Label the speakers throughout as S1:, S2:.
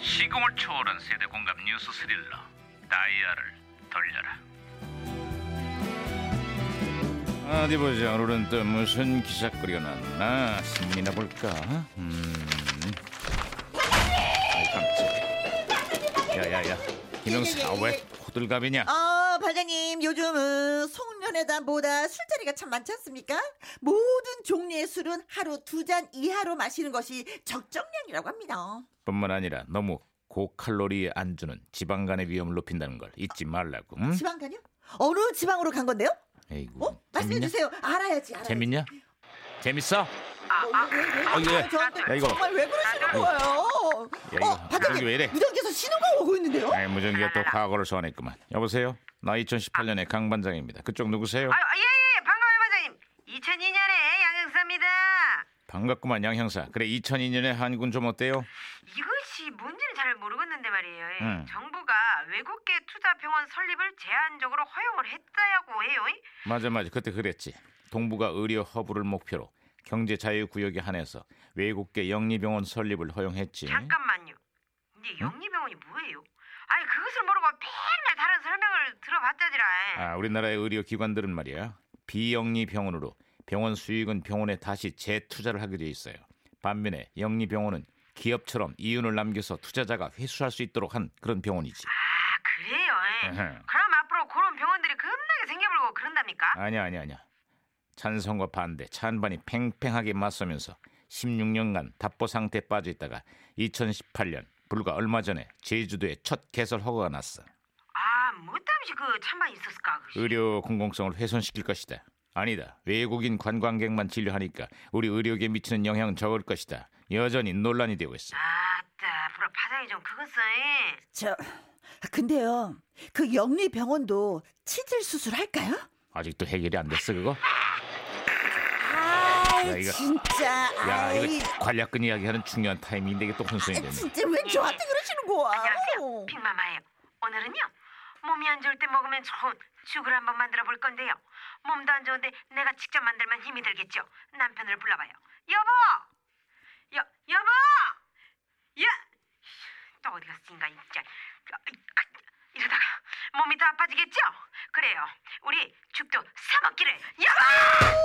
S1: 시공을 초월한 세대 공감 뉴스 스릴러 다이아를 돌려라 아, 어디 보자 오늘은 또 무슨 기사거리가 났나 신문이나 볼까 음. 아이 깜짝이야 야야야 김영사
S2: 예, 예, 예.
S1: 왜 호들갑이냐
S2: 어, 반장님, 요즘은 송년회담보다 술자리가 참 많지 않습니까? 모든 종류의 술은 하루 두 잔 이하로 마시는 것이 적정량이라고 합니다.
S1: 뿐만 아니라 너무 고칼로리의 안주는 지방간의 위험을 높인다는 걸 잊지 말라고 응?
S2: 지방 가요? 어느 지방으로 간 건데요?
S1: 에이구
S2: 어? 말씀해
S1: 재밌냐?
S2: 주세요. 알아야지, 알아야지.
S1: 재밌냐? 재밌어?
S2: 어, 왜, 왜, 왜,
S1: 어, 예.
S2: 저한테
S1: 야, 이거.
S2: 정말 왜 그러시는
S1: 아이고.
S2: 거예요?
S1: 이거.
S2: 어, 반장님,
S1: 여기 왜 이래? 네.
S2: 무전기에서 신호가 오고 있는데요?
S1: 아이 무전기가 또 과거를 소환했구만. 여보세요? 나 2018년의 강 반장입니다. 그쪽 누구세요?
S3: 아유, 아, 예, 예, 반가워요, 반장님. 2002년에 양형사입니다.
S1: 반갑구만 양 형사. 그래 2002년의 한군 좀 어때요?
S3: 이것이 뭔지는 잘 모르겠는데 말이에요. 예,
S1: 음.
S3: 정부가 외국계 투자 병원 설립을 제한적으로 허용을 했다고 해요.
S1: 맞아 맞아 그때 그랬지. 동부가 의료 허브를 목표로 경제 자유 구역에 한해서 외국계 영리병원 설립을 허용했지.
S3: 잠깐만요. 근데
S1: 음?
S3: 영리병원이 뭐예요? 아니 그것을 모르고 맨날 다른 설명을 들어봤자지라.
S1: 아 우리나라의 의료 기관들은 말이야 비영리 병원으로 병원 수익은 병원에 다시 재투자를 하게 돼 있어요. 반면에 영리 병원은 기업처럼 이윤을 남겨서 투자자가 회수할 수 있도록 한 그런 병원이지.
S3: 아, 그래요. 예.
S1: 에헴.
S3: 그럼 앞으로 그런 병원들이 겁나게 생겨버리고 그런답니까?
S1: 아니야 아니야 아니야 찬성과 반대 찬반이 팽팽하게 맞서면서 16년간 답보 상태에 빠져 있다가 2018년 불과 얼마 전에 제주도에 첫 개설 허가가 났어
S3: 아, 뭐땀시 그 찬반 있었을까? 그것이?
S1: 의료 공공성을 훼손시킬 것이다 아니다 외국인 관광객만 진료하니까 우리 의료계에 미치는 영향은 적을 것이다 여전히 논란이 되고 있어
S3: 아따, 앞으로 파장이 좀 그것을. 예.
S2: 저, 근데요, 그 영리 병원도 치질 수술할까요?
S1: 아직도 해결이 안 됐어 그거
S2: 아,
S1: 야, 이거-
S2: 진짜,
S1: 야
S2: 아이.
S1: 이거 관략근 이야기하는 중요한 타이밍인데 이게 또 혼선이
S2: 아,
S1: 됐네
S2: 진짜 왜 저한테 그러시는 거야? 어.
S3: 안녕하세요. 빅마마예요. 오늘은요. 몸이 안 좋을 때 먹으면 좋은 죽을 한번 만들어 볼 건데요. 몸도 안 좋은데 내가 직접 만들면 힘이 들겠죠. 남편을 불러봐요. 여보! 여, 여보! 야! 또 어디 갔으니까 진짜. 이러다가 몸이 더 아파지겠죠? 그래요. 우리 죽도 사 먹기를. 여보!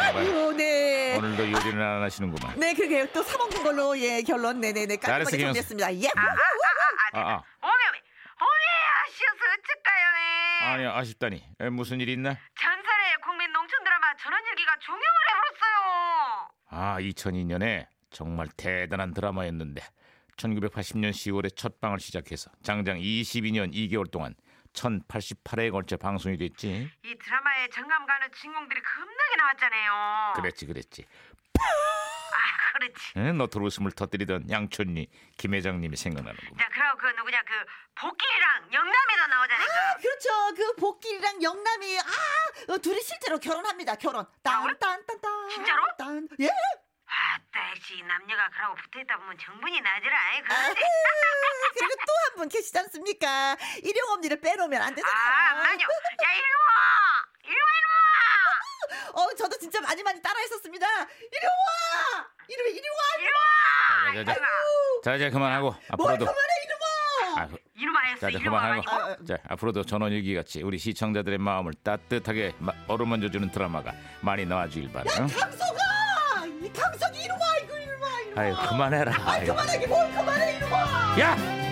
S2: 아, 아유, 네.
S1: 오늘도 요리는 안 하시는구만
S2: 네, 그러게요. 또 사먹는 걸로, 예, 결론, 네네네.
S1: 잘했어,
S2: 깔끔하게
S1: 김영수.
S2: 정리했습니다. 예.
S3: 아, 아, 아, 아,
S1: 아,
S3: 아,
S1: 아.
S3: 오메 오메. 오메 아쉬워서 어쩔까요?
S1: 아니 예. 아쉽다니 에, 무슨 일 있나?
S3: 전설의 국민 농촌 드라마 전원일기가 종영을 해버렸어요.
S1: 아, 2002년에 정말 대단한 드라마였는데 1980년 10월에 첫 방을 시작해서 장장 22년 2개월 동안 1088회에 걸쳐 방송이 됐지.
S3: 이 드라마에 정감 가는 주인공들이 겁나게 나왔잖아요.
S1: 그랬지, 그랬지.
S3: 아, 그렇지.
S1: 응? 너털 웃음을 터뜨리던 양촌리 김 회장님이 생각나는구만.
S3: 자, 그럼 그 누구냐 그 복길이랑 영남에도 나오잖아요.
S2: 아,
S3: 그.
S2: 그렇죠. 그 복길이랑 영남이, 아, 어, 둘이 실제로 결혼합니다. 결혼. 딴, 딴, 딴, 딴.
S3: 진짜로?
S2: 딴. 예.
S3: 아따 역시 남녀가 그러고 붙어있다 보면 정분이 나더라. 그.
S2: 아흐, 그리고 또 한 분 계시지 않습니까? 일용 언니를 빼놓으면 안 되잖아요.
S3: 아, 맞요. 야, 일로 와. 일로 와, 일로 와.
S2: 어, 저도 진짜 많이 많이 따라 했었습니다. 일용 와! 일용, 일용 와!
S1: 자, 자,
S3: 일로 와.
S1: 자, 자.
S2: 아유,
S1: 자, 이제 그만하고
S2: 뭘
S1: 앞으로도
S2: 그만해, 일용 와!
S1: 아,
S3: 이놈 아였어.
S1: 자, 자,
S3: 뭐, 이놈 아니고.
S1: 그만하고. 자, 앞으로도 전원일기 같이 우리 시청자들의 마음을 따뜻하게 마- 어루만져 주는 드라마가 많이 나와 주길 바라. 응?
S2: 강석아! 이 강석이 일용 와! 이거 일용 와! 일용 와!
S1: 아유, 그만해라.
S2: 아,
S1: 아유.
S2: 그만하게 뭘 그만해, 일용 와!
S1: 야!